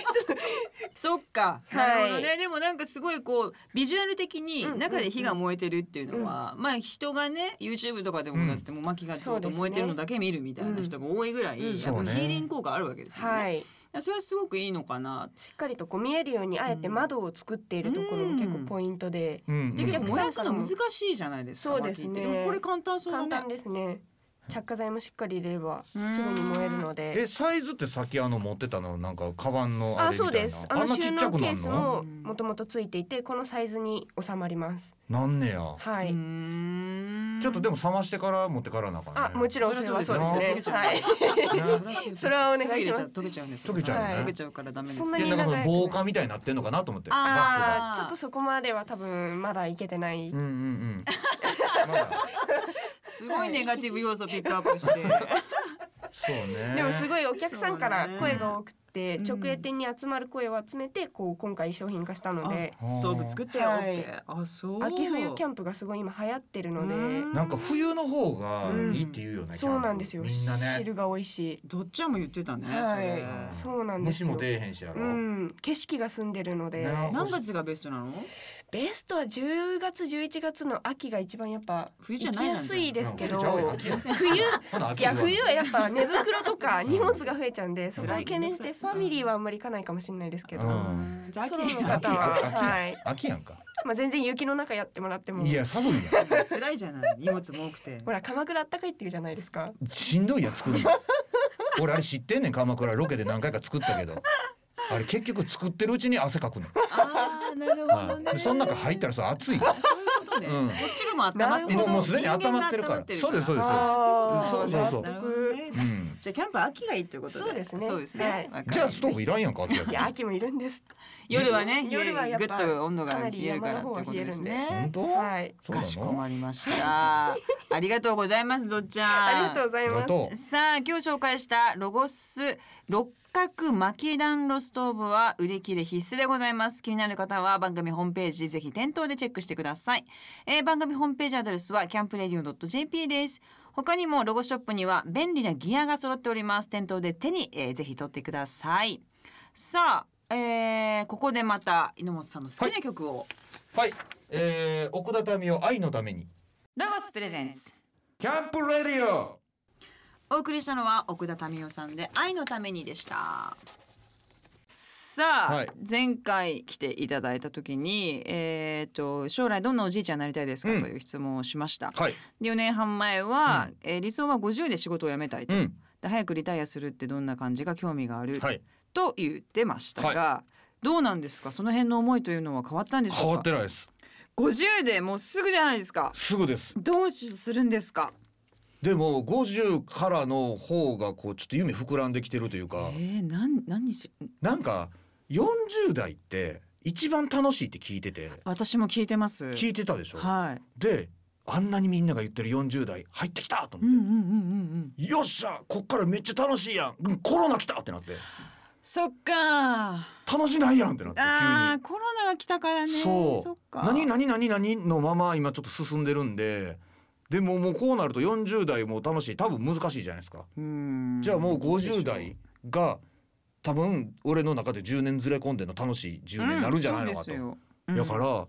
Speaker 1: そっか、
Speaker 4: はい
Speaker 1: なるほどねでもなんかすごいこうビジュアル的に
Speaker 4: うんうん
Speaker 1: 中で火が燃えてるっていうのは、まあ人がね YouTube とかでもだってもう薪がず
Speaker 4: そ
Speaker 1: っ
Speaker 4: う
Speaker 1: と
Speaker 4: ですね
Speaker 1: 燃えてるのだけ見るみたいな人が多いぐらい、
Speaker 4: うんうん
Speaker 1: やっ
Speaker 2: そ
Speaker 1: ぱヒ
Speaker 2: うね
Speaker 1: ーリング効果あるわけですよね、
Speaker 4: はい
Speaker 1: いやそれはすごくいいのかな
Speaker 4: しっかりとこう見えるようにあえて窓を作っているところも結構ポイントで
Speaker 2: うんうん
Speaker 1: できれば
Speaker 4: うん
Speaker 1: 燃やすの難しいじゃないですか。
Speaker 4: そうですね
Speaker 1: 薪ってでもこれ簡単そうだ
Speaker 4: 簡
Speaker 1: ね。
Speaker 4: 単ですね着火剤もしっかり入れればすぐに燃えるので
Speaker 2: えサイズってさっきあの持ってたのなんかカバンのあ
Speaker 4: あ
Speaker 2: れみたいな
Speaker 4: そうですあ
Speaker 2: あん
Speaker 4: の
Speaker 2: なち
Speaker 4: 収
Speaker 2: っちゃ
Speaker 4: 納
Speaker 2: く
Speaker 4: ケ
Speaker 2: な
Speaker 4: ー
Speaker 2: ん
Speaker 4: ス
Speaker 2: の
Speaker 4: ももともとついていてこのサイズに収まります
Speaker 2: なんねや、
Speaker 4: は
Speaker 1: う
Speaker 4: い
Speaker 1: ーん
Speaker 2: ちょっとでも冷ましてから持ってからなあかんね
Speaker 4: あもちろんそれはそうですね
Speaker 1: それは
Speaker 4: は
Speaker 1: そうで
Speaker 4: い
Speaker 1: すね
Speaker 2: ね
Speaker 1: そ
Speaker 4: そ
Speaker 1: れ
Speaker 4: れ
Speaker 1: は
Speaker 4: は
Speaker 1: お
Speaker 4: お
Speaker 1: 願
Speaker 4: 願
Speaker 1: い
Speaker 4: い
Speaker 1: しまぐ入れち
Speaker 4: しますす
Speaker 1: ゃう溶けちゃうんですよ。
Speaker 2: 溶けちゃうよね
Speaker 1: はい溶けちゃうからダメです。
Speaker 4: そんな
Speaker 2: で
Speaker 4: に
Speaker 2: なんかその
Speaker 4: 長いですね
Speaker 2: 防火みたいになってんのかなと思って
Speaker 1: あー
Speaker 2: バ
Speaker 4: ちょっとそこまでは多分まだいけてない
Speaker 2: ッグがうんうんうん まだ
Speaker 1: すごいネガティブ要素ピックアップして。
Speaker 2: そうね
Speaker 4: でもす
Speaker 2: い
Speaker 4: ごいお客さんから
Speaker 1: そうだね
Speaker 4: 声が多くて
Speaker 1: うん
Speaker 4: 直営店に集まる声を集めてこう今回商品化したので
Speaker 1: あストーブ作ってよって。あそう。
Speaker 4: 秋冬キャ
Speaker 1: ン
Speaker 4: ンプがすごい今流行ってる
Speaker 1: プ
Speaker 4: ので
Speaker 2: なんか冬の方がいいって言うよね、キャンプ
Speaker 4: そうなんですよ
Speaker 2: みんなね
Speaker 4: 汁が美味しい
Speaker 1: どっちも言ってたね。それ
Speaker 4: はいそうなんです
Speaker 2: 虫
Speaker 4: よ
Speaker 2: も出えへんしやろ、
Speaker 4: うん、景色が澄んでるので
Speaker 2: ね
Speaker 1: 何月がベストなの？
Speaker 4: ベストは10月11月の秋が一番やっぱ
Speaker 1: 冬
Speaker 4: 行
Speaker 1: じゃない
Speaker 4: き
Speaker 1: じ
Speaker 4: や
Speaker 1: ゃん
Speaker 4: すいですけど
Speaker 2: じゃあや秋や
Speaker 4: 冬い
Speaker 2: ほな秋
Speaker 4: や
Speaker 2: は
Speaker 4: 冬はやっぱ寝袋と か荷物が増えちゃうんでそれを
Speaker 1: 辛い
Speaker 4: 懸念してファミリーはあんまり行かないかもしれないですけど、
Speaker 2: う
Speaker 4: ま
Speaker 2: ん
Speaker 1: じゃあ秋
Speaker 4: ソロの
Speaker 2: 秋
Speaker 4: 方
Speaker 2: あ秋や
Speaker 4: はい
Speaker 2: 秋やんか
Speaker 4: あ、全然雪の中やってもらっても
Speaker 2: いや寒いや ん
Speaker 1: 辛いじゃない。荷物も多くて。
Speaker 4: ほら鎌倉あったかいっていうじゃないですか
Speaker 2: しんどいやん作るの俺あれ知ってんねん鎌倉ロケで何回か作ったけどあれ結局作ってるうちに汗かくの、
Speaker 1: ああなるほど
Speaker 2: は
Speaker 1: ね。
Speaker 2: い、その中入ったらさ暑いよ
Speaker 1: そういうことね。
Speaker 2: うん
Speaker 1: こっちがもう温まってる。
Speaker 4: なるほどもう
Speaker 2: もうすでに温まってるか
Speaker 1: 人間が温ま
Speaker 2: ら
Speaker 1: ってる
Speaker 2: そうですそうです
Speaker 1: あー
Speaker 2: そうですそうです
Speaker 1: なるほどね
Speaker 2: うん
Speaker 1: じゃあキャンプは秋がいいということで
Speaker 4: そうですね
Speaker 1: そうですね、わかりました
Speaker 2: じゃあストーブいらんやんかってや
Speaker 4: い や秋もいるんです
Speaker 1: 夜はね
Speaker 4: 夜はやっ
Speaker 1: ぐっ
Speaker 4: ぱ
Speaker 1: と温度
Speaker 4: か
Speaker 1: が
Speaker 4: な
Speaker 1: 冷
Speaker 4: り
Speaker 1: えるから
Speaker 4: 山
Speaker 1: ってこ
Speaker 4: の方
Speaker 1: と
Speaker 4: は冷え
Speaker 1: で
Speaker 4: る
Speaker 1: す
Speaker 4: んで
Speaker 2: 本
Speaker 1: ね
Speaker 2: 当、
Speaker 4: はい
Speaker 2: そう
Speaker 1: か
Speaker 2: な
Speaker 1: しこ
Speaker 2: の
Speaker 1: まりましたありがとうございますどっちゃん
Speaker 4: ありがとうござい
Speaker 2: あり
Speaker 4: ま
Speaker 2: が
Speaker 4: す
Speaker 2: とう
Speaker 1: さあ今日紹介したロゴス六角薪暖炉ストーブは売り切れ必須でございます気になる方は番組ホームページぜひ店頭でチェックしてください、えー番組ホームページアドレスはキャンプレディオ .jp です他にもロゴショップには便利なギアが揃っております店頭で手に、えーぜひ取ってくださいさあ、えーここでまた井本さんの好きな曲を、
Speaker 2: はい、えー、奥田民生愛のために
Speaker 1: ロゴスプレゼンツ
Speaker 2: キャンプレディオ
Speaker 1: お送りしたのは奥田民生さんで愛のためにでしたさあ、
Speaker 2: はい
Speaker 1: 前回来ていただいた時に、えー、と将来どんなおじいちゃんになりたいですか
Speaker 2: うん
Speaker 1: という質問をしました、
Speaker 2: はい
Speaker 1: 4年半前は、えー理想は50で仕事を辞めたいと、
Speaker 2: うん
Speaker 1: で早くリタイアするってどんな感じが興味がある、
Speaker 2: はい
Speaker 1: と言ってましたが、どうなんですかその辺の思いというのは変わったんでしょうか
Speaker 2: 変わってないです
Speaker 1: 50でもうすぐじゃないですか
Speaker 2: すぐです
Speaker 1: どうしするんですか
Speaker 2: でも50からの方がこうちょっと夢膨らんできてるという
Speaker 1: え
Speaker 2: か
Speaker 1: ー、なん何し
Speaker 2: なんか40代って一番楽しいって聞いてて
Speaker 1: 私も聞いてます
Speaker 2: 聞いてたでしょ
Speaker 1: はい
Speaker 2: であんなにみんなが言ってる40代入ってきたと
Speaker 1: うんうんう
Speaker 2: 思
Speaker 1: ん
Speaker 2: っ
Speaker 1: うんうん。
Speaker 2: てよっしゃこっからめっちゃ楽しいやんうんコロナ来たってなって
Speaker 1: そっかー。
Speaker 2: 楽しないやんってなって急
Speaker 1: あ
Speaker 2: に
Speaker 1: ーコロナが来たからね。
Speaker 2: そう
Speaker 1: そっか。
Speaker 2: 何何何何のまま今ちょっと進んでるんででももうこうなると40代も楽しい多分難しいじゃないですか、
Speaker 1: うん。
Speaker 2: じゃあもう50代が多分俺の中で10年ずれ込んでの楽しい10年になるんじゃないのかと、
Speaker 1: うんそうですよ
Speaker 2: だから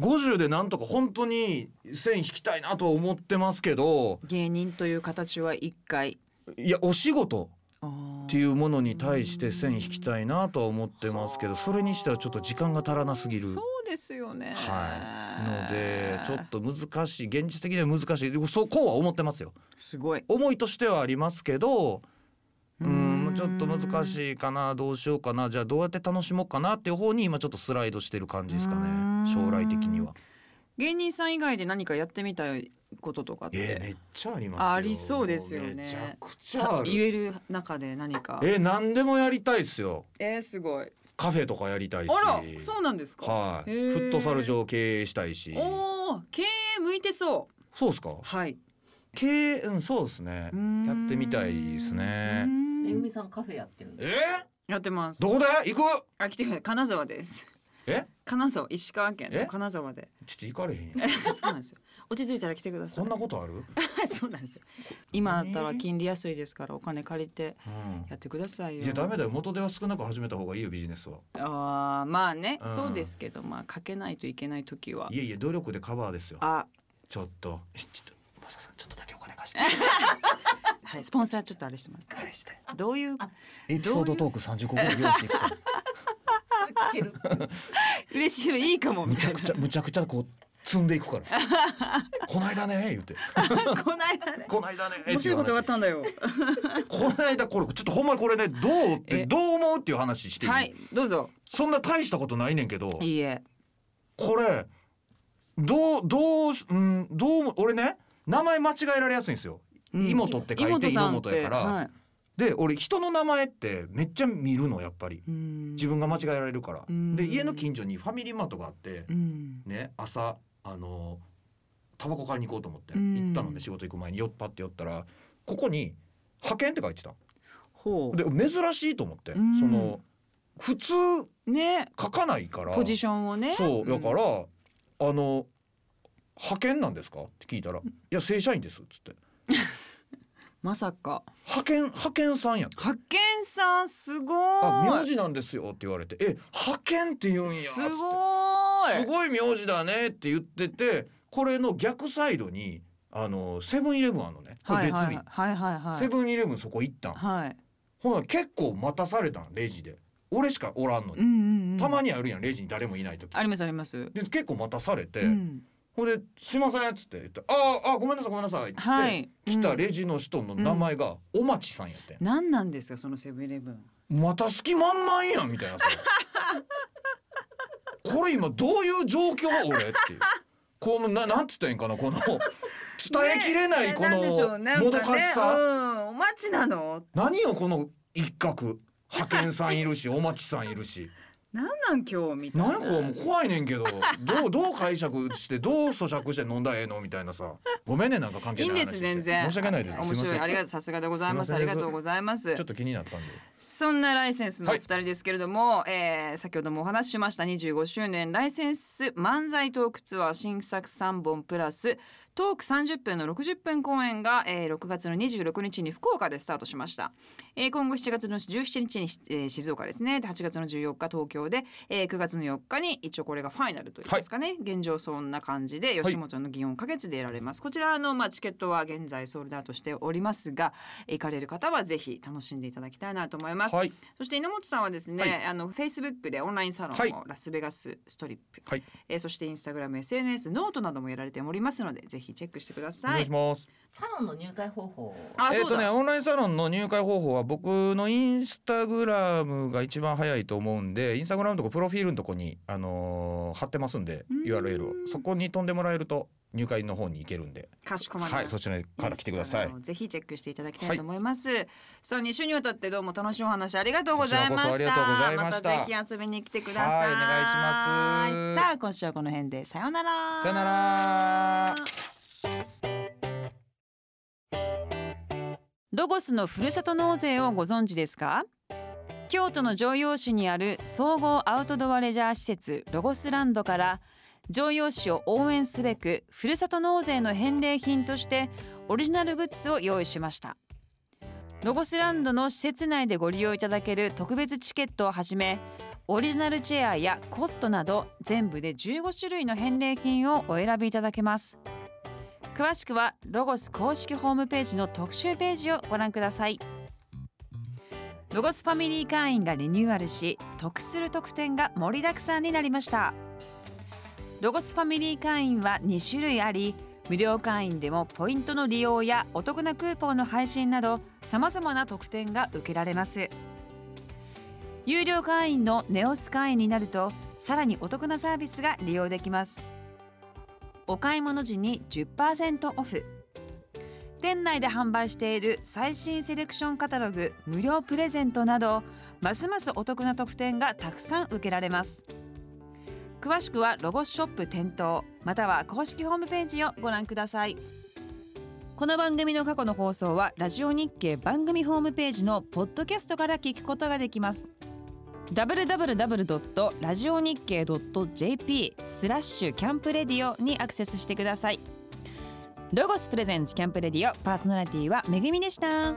Speaker 2: 50でなんとか本当に線引きたいなとは思ってますけど
Speaker 1: 芸人という形は一回。
Speaker 2: いやお仕事って
Speaker 1: う
Speaker 2: いうものに対して線引きたいなとは思ってますけどそれにしてはちょっと時間が足らなすぎる
Speaker 1: そうですよね。
Speaker 2: はい、のでちょっと難しい現実的には難しいでもそうこうは思ってますよ
Speaker 1: すごい。
Speaker 2: 思いとしてはありますけどうーん
Speaker 1: うーん
Speaker 2: ちょっと難しいかなどうしようかなじゃあどうやって楽しもうかなっていう方に今ちょっとスライドしてる感じですか
Speaker 1: うーん
Speaker 2: ね将来的には。
Speaker 1: 芸人さん以外で何かやってみたいこととかって。
Speaker 2: えー、めっちゃありますよ
Speaker 1: ありそうですよね
Speaker 2: めちゃくちゃ
Speaker 1: た
Speaker 2: あ
Speaker 1: 言
Speaker 2: る
Speaker 1: える中で何か。
Speaker 2: えー、何でもやりたいですよ
Speaker 1: えー、すごい。
Speaker 2: カフェとかやりたいし
Speaker 1: あら、そうなんですか。
Speaker 2: はい、
Speaker 1: へー
Speaker 2: フットサル場を経営したいし
Speaker 1: おお、経営向いてそう。
Speaker 2: そうですか
Speaker 1: はい。
Speaker 2: 経営うんそうですねやってみたいですね
Speaker 1: うー
Speaker 3: めぐ
Speaker 1: ん。
Speaker 3: みさんカフェや ってるんで
Speaker 2: え
Speaker 1: やってま
Speaker 2: ー
Speaker 1: す。
Speaker 2: どこで行く
Speaker 1: あ、来てください。金沢です。
Speaker 2: え
Speaker 1: 金沢、石川県の
Speaker 2: え
Speaker 1: 金沢で。
Speaker 2: ちょっと行かれへんやん
Speaker 1: そうなんですよ。落ち着いたら来てくださ
Speaker 2: そ
Speaker 1: い
Speaker 2: ん。なことあ る、
Speaker 1: そうなんですよ。今だったら金利安いですから、お金借りてやってください
Speaker 2: うん、
Speaker 1: よ。
Speaker 2: いやダメだよ元手は少なく始めた方がいいよビジネスは
Speaker 1: ああ、まあね、
Speaker 2: うん。
Speaker 1: そうですけど、まあ、かけないといけない時はい
Speaker 2: やいや努力でカバーですよ
Speaker 1: あ、
Speaker 2: ちょっとえちょっとマサさんちょっとだけお金貸して
Speaker 1: はい、スポンサーちょっとあれしてもら
Speaker 2: あれして
Speaker 1: って。どういう。
Speaker 2: エピソードトーク35個ぐらい用意してい くから
Speaker 3: 聞ける。
Speaker 1: 嬉しい、いいかも。
Speaker 2: む
Speaker 1: み
Speaker 2: ち
Speaker 1: た
Speaker 2: ゃ
Speaker 1: いな
Speaker 2: くちゃむちゃくちゃこう積んでいくから こないだね言って
Speaker 1: こないだね。
Speaker 2: こないだね
Speaker 1: 面白いことがあったんだよ。
Speaker 2: こないだこれちょっとほんまにこれねどうって
Speaker 1: え
Speaker 2: どう思うっていう話していい、
Speaker 1: はい、どうぞ。
Speaker 2: そんな大したことないねんけど
Speaker 1: いいえ。
Speaker 2: これどうどうしうんどうも俺ね名前間違えられやすいんですよ。
Speaker 1: うん
Speaker 2: 妹って書いて
Speaker 1: さんっ
Speaker 2: 妹
Speaker 1: て
Speaker 2: やから、
Speaker 1: はい
Speaker 2: で俺人の名前ってめっちゃ見るのやっぱり
Speaker 1: うん
Speaker 2: 自分が間違えられるから。
Speaker 1: うん
Speaker 2: で家の近所にファミリーマートがあって
Speaker 1: うん
Speaker 2: ね朝あのタバコ買いに行こうと思って
Speaker 1: うん
Speaker 2: 行ったのね仕事行く前によっパって寄ったらここに「派遣」って書いてた
Speaker 1: ほ
Speaker 2: で珍しいと思ってそ
Speaker 1: うん
Speaker 2: の普通
Speaker 1: うね
Speaker 2: 書かないから
Speaker 1: ポジションをね
Speaker 2: そうだか
Speaker 1: ん
Speaker 2: ら、あの派遣なんですかって聞いたら「いや正社員です」っつって
Speaker 1: まさか
Speaker 2: 「派遣派遣さんや」って
Speaker 1: 派遣さんすごい
Speaker 2: あ名字なんですよ」って言われて「え派遣って言うんや」っつって
Speaker 1: すごい
Speaker 2: すごい名字だね」って言っててこれの逆サイドにあのセブンイレブンあんのねこれ
Speaker 1: はいは
Speaker 2: 別日、
Speaker 1: いはいはいはい
Speaker 2: セブンイレブンそこ行ったん、
Speaker 1: はい
Speaker 2: ほな結構待たされたんレジで俺しかおらんの
Speaker 1: う
Speaker 2: に、
Speaker 1: んうんうん
Speaker 2: たまにあるやんレジに誰もいない時
Speaker 1: ありますあります
Speaker 2: で結構待たされて、
Speaker 1: うん
Speaker 2: ほんで「すいません」っつって言って「あーあーごめんなさいごめんなさい」っつって、
Speaker 1: はい
Speaker 2: 来た
Speaker 1: うん
Speaker 2: レジの人の名前がおまちさんやって、
Speaker 1: 何なんですかそのセブンイレブン
Speaker 2: また好き満々やん みたいなさこれ今どういう状況俺っていうこのななんつったらいいんかなこの伝えきれないこ
Speaker 1: ね
Speaker 2: の
Speaker 1: なんでしょうね
Speaker 2: もどかしさ、
Speaker 1: なんねうんお待
Speaker 5: ちなの
Speaker 2: 何よこの一角派遣さんいる しお待ちさんいるし
Speaker 5: なんなん今日みたい
Speaker 2: 何
Speaker 5: な
Speaker 2: やこれもう怖いねんけどどうどう解釈してどう咀嚼して飲んだらええのみたいなさごめんねなんか関係
Speaker 1: いい
Speaker 2: なんい話
Speaker 1: で
Speaker 2: して
Speaker 1: す全然
Speaker 2: 申し訳ないです
Speaker 1: 面
Speaker 2: す
Speaker 1: 白
Speaker 2: いま
Speaker 1: い
Speaker 2: せ
Speaker 1: あ
Speaker 2: ん
Speaker 1: りがとうさすがでございます
Speaker 2: すい
Speaker 1: あ
Speaker 2: ませ
Speaker 1: り
Speaker 2: ん
Speaker 1: がとうございます
Speaker 2: ちょっと気になったんで
Speaker 1: そんなライセンスのお
Speaker 2: はい
Speaker 1: 二人ですけれども、えー先ほどもお話ししました25周年ライセンス漫才トークツアー新作3本プラストーク30分の60分公演が、えー6月の26日に福岡でスタートしました、えー今後7月の17日にし、えー静岡ですねで8月の14日東京で、えー9月の4日に一応これがファイナルといいますかね、現状そんな感じで吉本の祇園花月で得られます、こちらあの、まあ、チケットは現在ソールドアウトしておりますが行かれる方はぜひ楽しんでいただきたいなと思います、
Speaker 2: はい
Speaker 1: そして稲本さんはですね、
Speaker 2: はい
Speaker 1: あのフェイスブックでオンラインサロンを、
Speaker 2: はい
Speaker 1: ラスベガスストリップ、
Speaker 2: はい
Speaker 1: えーそしてインスタグラム SNS ノートなどもやられておりますのでぜひチェックしてくだ
Speaker 2: お
Speaker 1: さ
Speaker 2: 願
Speaker 1: い。
Speaker 2: いします
Speaker 3: サロンの入会方法
Speaker 1: あ、
Speaker 2: えっ
Speaker 1: そう
Speaker 2: とね
Speaker 1: だ。
Speaker 2: オンラインサロンの入会方法は僕のインスタグラムが一番早いと思うんでインスタグラムとかプロフィールのとこにあのー貼ってますんで
Speaker 1: うーん
Speaker 2: URL をそこに飛んでもらえると入会の方に行けるんで
Speaker 1: かしこまりま
Speaker 2: は
Speaker 1: し
Speaker 2: い
Speaker 1: た。
Speaker 2: そちらから来てください
Speaker 1: あのぜひチェックしていただきたいと思います。さあ、二週にわたってどうも楽しいお話ありがとうございました。
Speaker 2: こちらこそありがとうございました
Speaker 1: またぜひ遊びに来てください。
Speaker 2: はいお願いします
Speaker 1: さあ、今週はこの辺でさようなら。
Speaker 2: さよなら
Speaker 1: ロゴスのふるさと納税をご存知ですか京都の城陽市にある総合アウトドアレジャー施設ロゴスランドから城陽市を応援すべくふるさと納税の返礼品としてオリジナルグッズを用意しましたロゴスランドの施設内でご利用いただける特別チケットをはじめオリジナルチェアやコットなど全部で15種類の返礼品をお選びいただけます詳しくはロゴス公式ホームページの特集ページをご覧くださいロゴスファミリー会員がリニューアルし得する特典が盛りだくさんになりましたロゴスファミリー会員は2種類あり無料会員でもポイントの利用やお得なクーポンの配信などさまざまな特典が受けられます有料会員のネオス会員になるとさらにお得なサービスが利用できますお買い物時に10%オフ店内で販売している最新セレクションカタログ無料プレゼントなどますますお得な特典がたくさん受けられます詳しくはロゴスショップ店頭または公式ホームページをご覧くださいこの番組の過去の放送はラジオ日経番組ホームページのポッドキャストから聞くことができます www.radionickei.jp スラッシュキャンプレディオにアクセスしてくださいロゴスプレゼンツキャンプレディオパーソナリティはめぐみでした